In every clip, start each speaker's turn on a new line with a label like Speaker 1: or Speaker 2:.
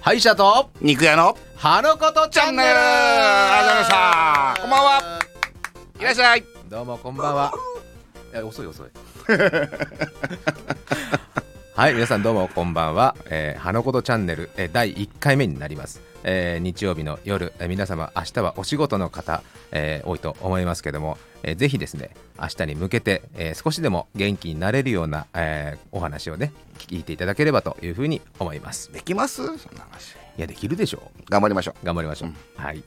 Speaker 1: 敗者と
Speaker 2: 肉屋の
Speaker 1: ハのことチ
Speaker 2: チ
Speaker 1: ャ
Speaker 2: ャ
Speaker 1: ン
Speaker 2: ン
Speaker 1: ネ
Speaker 2: ネ
Speaker 1: ル
Speaker 2: ルありがとうございましたこんばんはいらっしゃい
Speaker 1: どうもこんばんは。いや遅い遅 い。はい皆さんどうもこんばんは。えー、花ことチャンネル、えー第1回目になります。えー日曜日の夜、えー皆様明日はお仕事の方、えー多いと思いますけども、えーぜひですね明日に向けて、えー少しでも元気になれるような、えーお話をね聞いていただければというふうに思います。
Speaker 2: できますそんな話
Speaker 1: いやできるでしょう。
Speaker 2: 頑張りましょう
Speaker 1: 頑張りましょう。
Speaker 2: うん
Speaker 1: はい。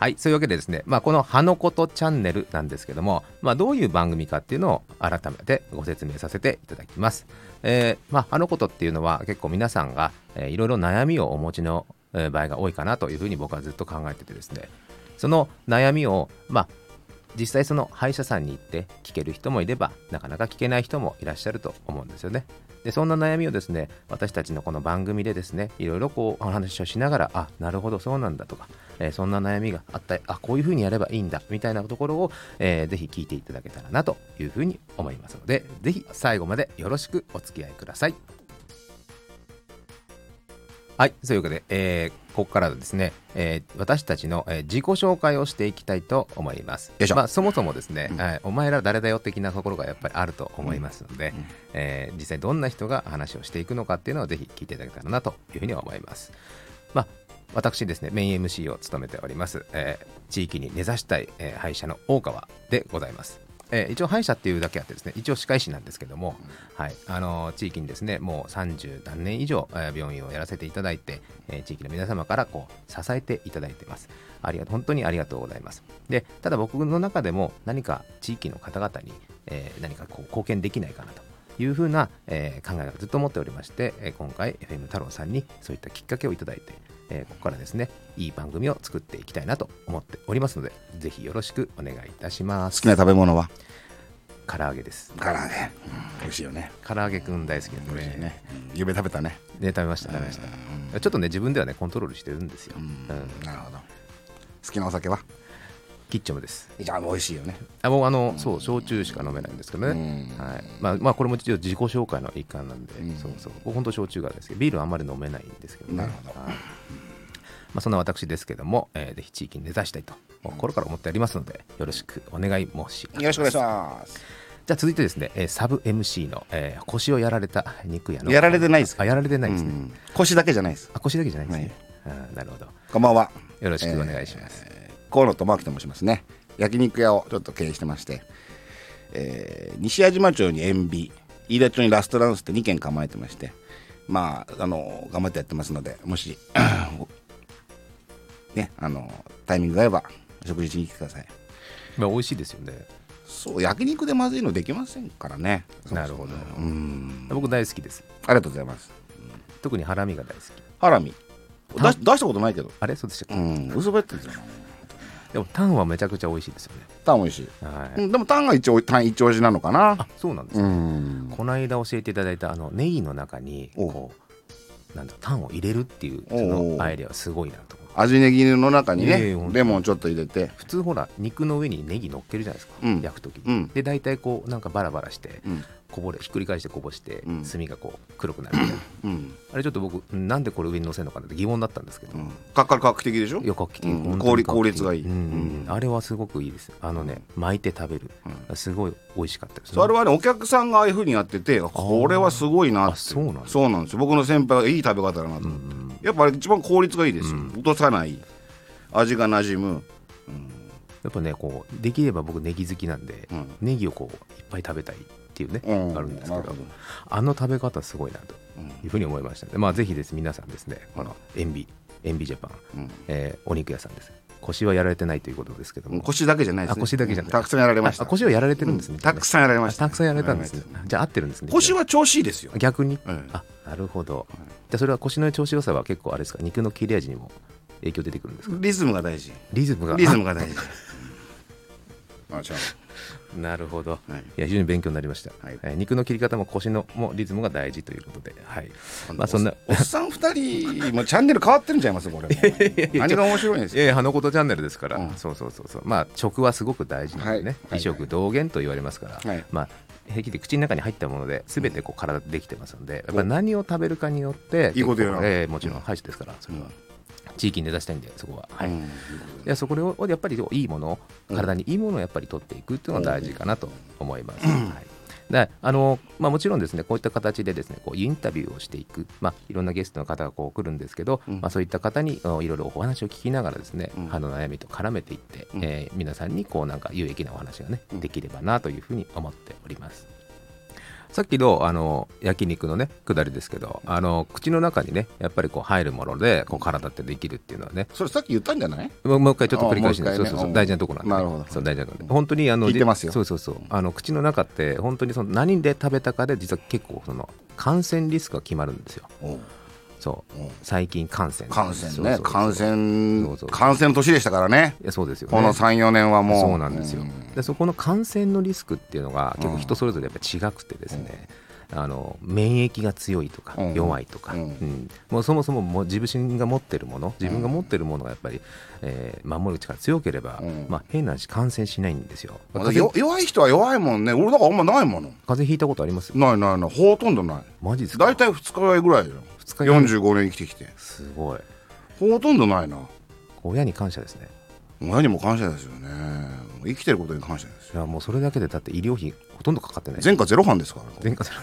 Speaker 1: はい、そういうわけでですね、まあ、この「花ことチャンネル」なんですけども、まあ、どういう番組かっていうのを改めてご説明させていただきます。えーまあ、花ことっていうのは結構皆さんが、えーいろいろ悩みをお持ちのえー場合が多いかなというふうに僕はずっと考えててですねその悩みを、まあ、実際その歯医者さんに行って聞ける人もいればなかなか聞けない人もいらっしゃると思うんですよね。でそんな悩みをですね私たちのこの番組でですねいろいろこうお話をしながらあなるほどそうなんだとか、えーそんな悩みがあったあこういうふうにやればいいんだみたいなところを、えーぜひ聞いていただけたらなというふうに思いますのでぜひ最後までよろしくお付き合いください。はい、そういうわけで、えーここからはですね、えー私たちの、えー自己紹介をしていきたいと思います。
Speaker 2: よいしょ
Speaker 1: まあ、そもそもですね、
Speaker 2: うん
Speaker 1: はいお前ら誰だよ的なところがやっぱりあると思いますので、
Speaker 2: んうん
Speaker 1: えー実際どんな人が話をしていくのかっていうのをぜひ聞いていただけたらなというふうに思います。まあ私ですねメイン MC を務めております、えー地域に根ざしたい、えー歯医者の大川でございます。えー一応歯医者っていうだけあってですね一応歯科医師なんですけども、はいあのー地域にですねもう30何年以上、えー病院をやらせていただいて、えー地域の皆様からこう支えていただいてますありが本当にありがとうございますでただ僕の中でも何か地域の方々に、えー何かこう貢献できないかなというふうな、えー考えがずっと持っておりまして、えー今回 FM 太郎さんにそういったきっかけをいただいて、えーここからですねいい番組を作っていきたいなと思っておりますのでぜひよろしくお願いいたしま
Speaker 2: 好
Speaker 1: す
Speaker 2: きな食べ物は
Speaker 1: 唐揚げです
Speaker 2: 唐揚げ、美味しいよね
Speaker 1: 唐揚げくん大好きなん
Speaker 2: 美
Speaker 1: で
Speaker 2: 味し
Speaker 1: ね
Speaker 2: いね、うん、夢食べたね
Speaker 1: ね食べました食べました、
Speaker 2: う
Speaker 1: ちょっとね自分ではねコントロールしてるんですよ、うん
Speaker 2: ん、なるほど好きなお酒は
Speaker 1: キッチョムです
Speaker 2: じゃあ美味しいよね
Speaker 1: あ僕あのそう焼酎しか飲めないんですけどね、
Speaker 2: うん
Speaker 1: はいまあ、まあこれも一応自己紹介の一環なんで、
Speaker 2: うん
Speaker 1: そうそう僕本当焼酎がですけどビールはあんまり飲めないんですけどね
Speaker 2: なるほど
Speaker 1: はいまあ、そんな私ですけども、えーぜひ地域に根ざしたいと心から思っておりますのでよろしくお願い申し上げます
Speaker 2: よろしくお願いします
Speaker 1: じゃあ続いてですね、えーサブ MC の、えー腰をやられた肉屋の
Speaker 2: やられてないですか
Speaker 1: あやられてないですね、
Speaker 2: うん腰だけじゃないです
Speaker 1: あ腰だけじゃないんですね、あーなるほど
Speaker 2: こんばんは
Speaker 1: よろしくお願いします、
Speaker 2: 河野智明と申しますね焼肉屋をちょっと経営してまして、えー西矢島町に塩ビ飯田町にラストランスって2軒構えてましてまああの頑張ってやってますのでもし ねあのタイミングが合えば食事しに来てください
Speaker 1: まあ、美味しいですよね
Speaker 2: そう焼肉でまずいのできませんからね
Speaker 1: なるほど
Speaker 2: うん
Speaker 1: 僕大好きです
Speaker 2: ありがとうございます
Speaker 1: 特にハラミが大好き
Speaker 2: ハラミ出し出したことないけど
Speaker 1: あれそうでしたっけ
Speaker 2: うん嘘ばやってるじゃん
Speaker 1: でもタンはめちゃくちゃ美味しいですよね
Speaker 2: タン美味しい、
Speaker 1: はい、
Speaker 2: うんでもタンが一応タン一押しなのかな
Speaker 1: あそうなんです
Speaker 2: う
Speaker 1: ね、
Speaker 2: ん
Speaker 1: この間教えていただいたあのネギの中に
Speaker 2: お
Speaker 1: こうなんだタンを入れるっていうそ
Speaker 2: おうおう
Speaker 1: のアイデアはすごいなと思う
Speaker 2: 味ネギの中に
Speaker 1: いえいえ
Speaker 2: ね
Speaker 1: ほんと
Speaker 2: レモンちょっと入れて
Speaker 1: 普通ほら肉の上にネギ乗っけるじゃないですか、
Speaker 2: うん
Speaker 1: 焼く時に、
Speaker 2: うん
Speaker 1: で大体こうなんかバラバラして
Speaker 2: うん
Speaker 1: こぼれひっくり返してこぼして、
Speaker 2: うん
Speaker 1: 炭がこう黒くなるみたいな
Speaker 2: うん
Speaker 1: あれちょっと僕なんでこれ上に乗せるのかなって疑問だったんですけど、
Speaker 2: うんかっかる科学的でしょ
Speaker 1: よく来て、
Speaker 2: うん
Speaker 1: 本当に
Speaker 2: 効率
Speaker 1: 画期的
Speaker 2: 効率がいい
Speaker 1: うんうん
Speaker 2: うん
Speaker 1: あれはすごくいいですあのね巻いて食べる、すごい美味しかったです、
Speaker 2: それはねお客さんがああいうふうにやっててこれはすごいなって
Speaker 1: あそうなんだ
Speaker 2: そうなんですよ僕の先輩はいい食べ方だなと思ってやっぱあれ一番効率がいいですよ落とさない味が馴染む
Speaker 1: やっぱねこうできれば僕ネギ好きなんで、
Speaker 2: うん
Speaker 1: ネギをこういっぱい食べたいっていうね、
Speaker 2: うん
Speaker 1: あるんですけど
Speaker 2: なるほど
Speaker 1: あの食べ方すごいなというふうに思いましたので、まあぜひです皆さんですねこの塩ビ塩ビジャパン、
Speaker 2: うん
Speaker 1: えーお肉屋さんです腰はやられてないということですけども、
Speaker 2: うん腰だけじゃないです
Speaker 1: あ
Speaker 2: ね
Speaker 1: 腰だけじゃない
Speaker 2: たくさんやられまし
Speaker 1: あ
Speaker 2: た
Speaker 1: 腰はやられてるんですね、
Speaker 2: うたくさんやられました
Speaker 1: あたくさんやられたんですねじゃあ合ってるんですね
Speaker 2: 腰は調子いいですよ
Speaker 1: 逆に、
Speaker 2: ええ
Speaker 1: あなるほど、じゃあそれは腰の調子良さは結構あれですか肉の切れ味にも影響出てくるんですか
Speaker 2: リズムが大事
Speaker 1: リズムが
Speaker 2: リズムが大 事あ違う
Speaker 1: あなるほど、
Speaker 2: はい
Speaker 1: い、や非常に勉強になりました、
Speaker 2: はい
Speaker 1: えー肉の切り方も腰のもリズムが大事ということではいまあそんな
Speaker 2: おっ さん2人もうチャンネル変わってるんちゃいますこれもう何が面白いんです
Speaker 1: い
Speaker 2: か
Speaker 1: やいや、花ことチャンネルですから、
Speaker 2: うん
Speaker 1: そうそうそうそう、まあ、食はすごく大事なんでね、
Speaker 2: は
Speaker 1: 衣
Speaker 2: い
Speaker 1: 食同源と言われますから、
Speaker 2: はい
Speaker 1: まあ、平気で口の中に入ったもので全てこう体でできてますので、やっぱり何を食べるかによって
Speaker 2: いいこと言うな
Speaker 1: 結構ええもちろん排除ですからそれは、地域に根ざしたいんでそこは、はい
Speaker 2: うん
Speaker 1: いやそこをやっぱりいいものを体にいいものをやっぱり取っていくっていうのが大事かなと思います。はいであのまあ、もちろんですねこういった形でですねこうインタビューをしていく、まあ、いろんなゲストの方がこう来るんですけど、
Speaker 2: うん
Speaker 1: まあ、そういった方にあのいろいろお話を聞きながらですね、
Speaker 2: うん
Speaker 1: 歯の悩みと絡めていって、
Speaker 2: うん
Speaker 1: えー皆さんにこうなんか有益なお話がね、
Speaker 2: うん
Speaker 1: できればなというふうに思っております。さっきのあの焼肉のね下りですけどあの口の中にねやっぱりこう入るものでこう体ってできるっていうのはね
Speaker 2: それさっき言ったんじゃない
Speaker 1: もうもう一回ちょっと繰り返しね
Speaker 2: あ
Speaker 1: そ
Speaker 2: もう
Speaker 1: う
Speaker 2: 一回ね
Speaker 1: そうそううん大事なところなんで、
Speaker 2: なるほど
Speaker 1: そう大事なところで本当にあの
Speaker 2: 聞いてますよ
Speaker 1: そうそうそうあの口の中って本当にその何で食べたかで実は結構その感染リスクが決まるんですよ
Speaker 2: おう
Speaker 1: そう
Speaker 2: おう
Speaker 1: 細菌感染
Speaker 2: 感染ね
Speaker 1: そうそうそう
Speaker 2: 感染
Speaker 1: そうそう
Speaker 2: 感染の年でしたからね
Speaker 1: いやそうですよね
Speaker 2: この34年はもう
Speaker 1: そうなんですよ、
Speaker 2: ん
Speaker 1: でそこの感染のリスクっていうのが結
Speaker 2: う
Speaker 1: 構
Speaker 2: ん
Speaker 1: 人それぞれやっぱ違くてですね、あの免疫が強いとか
Speaker 2: うん
Speaker 1: 弱いとか、
Speaker 2: うん
Speaker 1: うんもうそもそももう自分が持ってるもの自分が持ってるものがやっぱり、えー守る力強ければ、
Speaker 2: うん
Speaker 1: まあ、変な話感染しないんですよ。
Speaker 2: まあ
Speaker 1: 風邪
Speaker 2: よ弱い人は弱いもんね俺なんかあんまないもの
Speaker 1: 風邪ひいたことあります
Speaker 2: ないないないほとんどない
Speaker 1: マジですか
Speaker 2: 大体2日ぐらいだよ
Speaker 1: 二日酔い
Speaker 2: 45年生きてきて
Speaker 1: すごい
Speaker 2: ほとんどないな
Speaker 1: 親に感謝ですね
Speaker 2: 親にも感謝ですよね生きてることに感謝ですよ
Speaker 1: いやもうそれだけでだって医療費ほとんどかかってない
Speaker 2: 前科ゼロ班ですから
Speaker 1: 全化する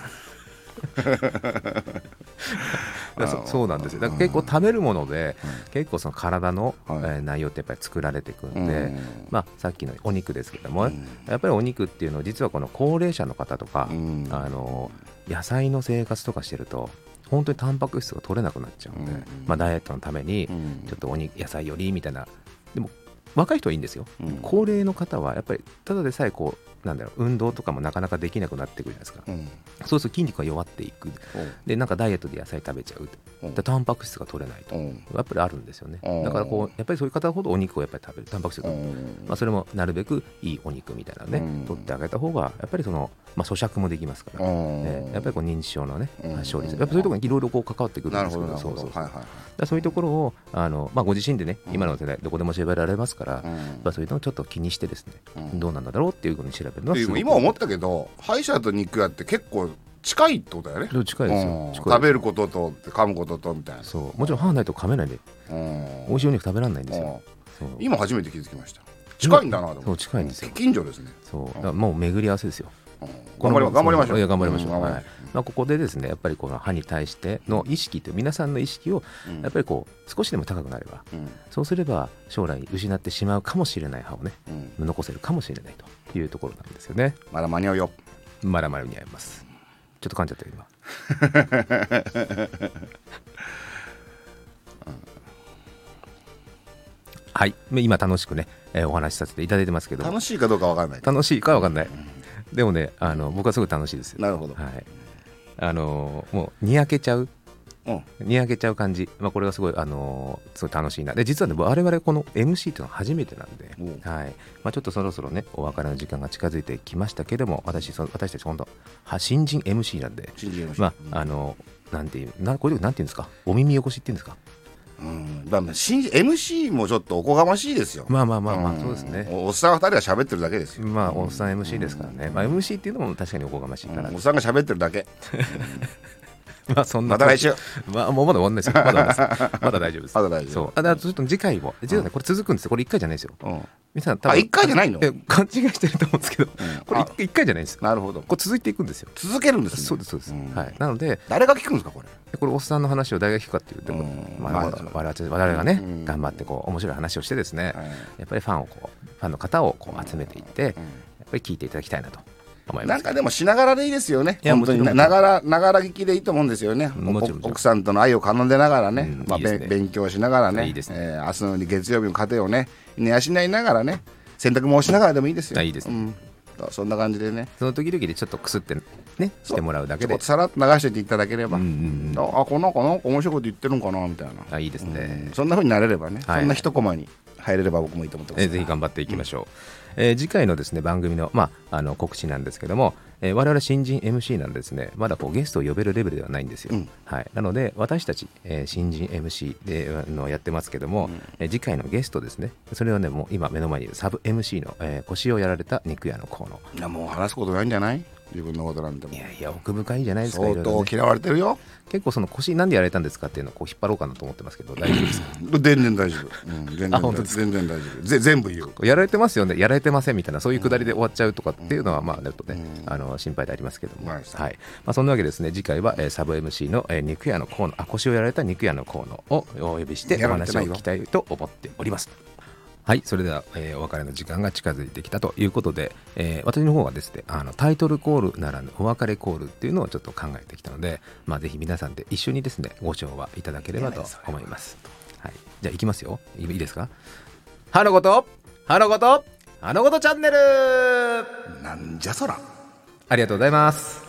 Speaker 1: いや
Speaker 2: あ
Speaker 1: そ
Speaker 2: ー
Speaker 1: そうなんですよだから結構食べるもので、結構その体の、
Speaker 2: はい
Speaker 1: えー内容ってやっぱり作られていくんで、
Speaker 2: うん
Speaker 1: まあ、さっきのお肉ですけども、
Speaker 2: うん
Speaker 1: やっぱりお肉っていうのは実はこの高齢者の方とか、
Speaker 2: うん
Speaker 1: あの野菜の生活とかしてると本当にタンパク質が取れなくなっちゃうんで、
Speaker 2: うん
Speaker 1: まあ、ダイエットのために
Speaker 2: うん
Speaker 1: ちょっとお肉野菜よりみたいなでも若い人はいいんですよ、
Speaker 2: うん
Speaker 1: 高齢の方はやっぱりただでさえこうなんだろう運動とかもなかなかできなくなってくるじゃないですか、
Speaker 2: うん
Speaker 1: そうすると筋肉が弱っていくでなんかダイエットで野菜食べちゃう
Speaker 2: うん
Speaker 1: でタンパク質が取れないと
Speaker 2: うん
Speaker 1: やっぱりあるんですよね
Speaker 2: うん
Speaker 1: だからこうやっぱりそういう方ほどお肉をやっぱり食べるタンパク質
Speaker 2: う
Speaker 1: が、
Speaker 2: ん
Speaker 1: まあ、それもなるべくいいお肉みたいなのね、
Speaker 2: うん
Speaker 1: 取ってあげた方がやっぱりその、まあ、咀嚼もできますから、えーやっぱりこう認知症のね
Speaker 2: うん
Speaker 1: 発症率やっぱそういうところにいろいろこう関わってくる
Speaker 2: なんる
Speaker 1: です
Speaker 2: ほ
Speaker 1: けど
Speaker 2: どなる
Speaker 1: そ
Speaker 2: ほ
Speaker 1: う
Speaker 2: ど
Speaker 1: そうそうだか
Speaker 2: はいはい
Speaker 1: らそういうところをあの、まあ、ご自身でね
Speaker 2: うん
Speaker 1: 今の世代どこでも調べられますから、やっ
Speaker 2: うん
Speaker 1: ぱそういうのをちょっと気にしてですね、
Speaker 2: うん
Speaker 1: どうなんだろうっていうふうに調べるのは
Speaker 2: です
Speaker 1: ご
Speaker 2: も
Speaker 1: く
Speaker 2: 今思ったけど歯医者と肉屋って結構近いってことだよね
Speaker 1: そう近いですよ
Speaker 2: うん
Speaker 1: 近い
Speaker 2: 食べることと噛むこととみたいな
Speaker 1: そうもちろん歯ないと噛めないんで
Speaker 2: うん
Speaker 1: 美味しいお肉食べられないんですよ
Speaker 2: う
Speaker 1: そう
Speaker 2: 今初めて気づきました近いんだなと
Speaker 1: そ
Speaker 2: 思っ
Speaker 1: う
Speaker 2: て
Speaker 1: 近いんですよ
Speaker 2: 近所ですね
Speaker 1: そうだからもう巡り合わせですよ
Speaker 2: うん
Speaker 1: こ
Speaker 2: 頑
Speaker 1: の
Speaker 2: 張りま頑張りましょう
Speaker 1: いや頑張りましょう、
Speaker 2: ん頑張り
Speaker 1: はいまあ、ここでですねやっぱりこの歯に対しての意識という皆さんの意識を
Speaker 2: うん
Speaker 1: やっぱりこう少しでも高くなれば
Speaker 2: うん
Speaker 1: そうすれば将来失ってしまうかもしれない歯をね
Speaker 2: うん
Speaker 1: 残せるかもしれないというところなんですよね
Speaker 2: まだ間に合うよ
Speaker 1: まだまだに合いますちょっと噛んじゃったよ今 はい今楽しくね、えーお話しさせていただいてますけども
Speaker 2: 楽しいかどうかわからない
Speaker 1: 楽しいかわかんない、でもねあの僕はすごい楽しいですよ
Speaker 2: なるほど
Speaker 1: はいあのーもうにやけちゃう
Speaker 2: うん
Speaker 1: にやけちゃう感じ、まあ、これがすごい、あのーすごい楽しいなで実はね我々この MC っていうのは初めてなんで、
Speaker 2: お
Speaker 1: はいまあ、ちょっとそろそろねお別れの時間が近づいてきましたけども私そ私たち今度は新人 MC なんで
Speaker 2: 信じましょ
Speaker 1: ま
Speaker 2: う
Speaker 1: ああのーなんていうなこういう時なんていうんですかお耳汚しっていうんですか
Speaker 2: うんまあまあ信じ MC もちょっとおこがましいですよ
Speaker 1: まあまあまあまあ
Speaker 2: ん
Speaker 1: そうですね
Speaker 2: おおっさん二人が喋ってるだけですよ
Speaker 1: まあおっさん MC ですからね、まあ、MC っていうのも確かにおこがましいか
Speaker 2: う
Speaker 1: ら、
Speaker 2: んおっさんが喋ってるだけ
Speaker 1: まあそんな
Speaker 2: また来週
Speaker 1: まあ、もうまだ終わんないですよ。まだ 終わんないです。まだ大丈夫です。
Speaker 2: まだ大丈夫
Speaker 1: そう。あ、だからちょっと次回も、実はね、これ続くんですよ。これ1回じゃないですよ。
Speaker 2: うん
Speaker 1: 皆さん、多
Speaker 2: あ
Speaker 1: 分
Speaker 2: 一回じゃないの
Speaker 1: え勘違いしてると思うんですけど、これ
Speaker 2: あ
Speaker 1: 1, 回じゃないんですよ。
Speaker 2: なるほど
Speaker 1: これ続いていくんですよ。
Speaker 2: 続けるんですね
Speaker 1: そうです、そうです。
Speaker 2: ん
Speaker 1: はい。なので、
Speaker 2: 誰が聞くんですかこれ
Speaker 1: これ、おっさんの話を誰が聞くかっていうと、
Speaker 2: うん
Speaker 1: まあ、
Speaker 2: まあ
Speaker 1: 我々我々我々がね、
Speaker 2: うん
Speaker 1: 頑張って、こう、面白い話をしてですね、
Speaker 2: はい
Speaker 1: やっぱりファンをこう、ファンの方をこう集めていって、やっ
Speaker 2: う
Speaker 1: ぱり聞いていただきたいなと思い
Speaker 2: ん
Speaker 1: ま
Speaker 2: な
Speaker 1: す
Speaker 2: ん。かでもしながらでいいですよね。
Speaker 1: いや
Speaker 2: 本当に
Speaker 1: もちろ
Speaker 2: なんながら、ながら聞きでいいと思うんですよね。
Speaker 1: もちろんもちろん
Speaker 2: お奥さんとの愛を奏でながらね、
Speaker 1: うん
Speaker 2: まあ
Speaker 1: いいですね
Speaker 2: べん勉強しながらね、
Speaker 1: いいですね
Speaker 2: えー明日の月曜日の家庭をね、寝やしないながらね、洗濯もしながらでもいいですよ。
Speaker 1: あいいですね
Speaker 2: うんそうそんな感じでね、
Speaker 1: その時々でちょっとくすってね、してもらうだけ
Speaker 2: ちょこっ
Speaker 1: で
Speaker 2: と、さらっと流してていただければ、
Speaker 1: うんうんうん
Speaker 2: あ、この子なんか面白いこと言ってるんかなみたいな。
Speaker 1: あ、いいですね。
Speaker 2: うんそんな風になれればね、
Speaker 1: はい
Speaker 2: そんな一コマに入れれば僕もいいと思ってま
Speaker 1: え
Speaker 2: す。
Speaker 1: ーぜひ頑張っていきましょう、えー次回のですね番組の,、まあ、あの告知なんですけども、えー我々新人 MC なんでですねまだこうゲストを呼べるレベルではないんですよ、
Speaker 2: うん
Speaker 1: はい、なので私たち、えー新人 MC であのやってますけども、えー次回のゲストですねそれをねもう今目の前にいるサブ MC の、えー腰をやられた肉屋の河野
Speaker 2: いやもう話すことないんじゃない自分のことなんても
Speaker 1: いやいや奥深いじゃないですか
Speaker 2: 相
Speaker 1: いろいろ
Speaker 2: 当
Speaker 1: ね
Speaker 2: 嫌われて るよ
Speaker 1: 結構その腰なんでやられたんですかっていうのをこう引っ張ろうかなと思ってますけど大丈夫ですか
Speaker 2: 全然大丈夫、うん、全 然
Speaker 1: あ
Speaker 2: 大丈
Speaker 1: 本当
Speaker 2: 夫
Speaker 1: です
Speaker 2: 全然大丈夫ぜ全部言う
Speaker 1: こうやられてますよねやられてませんみたいなそういうくだりで終わっちゃうとかっていうのはまあちょっとね、
Speaker 2: うん
Speaker 1: あの心配でありますけども、
Speaker 2: わ
Speaker 1: は
Speaker 2: か
Speaker 1: い
Speaker 2: りまし
Speaker 1: まあ、そんなわけでですね次回は、えーサブ MC の、えー肉屋の河野あ腰をやられた肉屋の河野をお呼びして
Speaker 2: や
Speaker 1: お
Speaker 2: られて
Speaker 1: 話
Speaker 2: な
Speaker 1: を
Speaker 2: いよ
Speaker 1: 聞きたいと思っております。はいそれでは、えーお別れの時間が近づいてきたということで、えー私の方はですねあのタイトルコールならぬお別れコールっていうのをちょっと考えてきたので、まあ、ぜひ皆さんで一緒にですねご唱和いただければと思います。はい、じゃあいきますよいいいですか歯のこと歯のこと歯のことチャンネル
Speaker 2: なんじゃそら
Speaker 1: ありがとうございます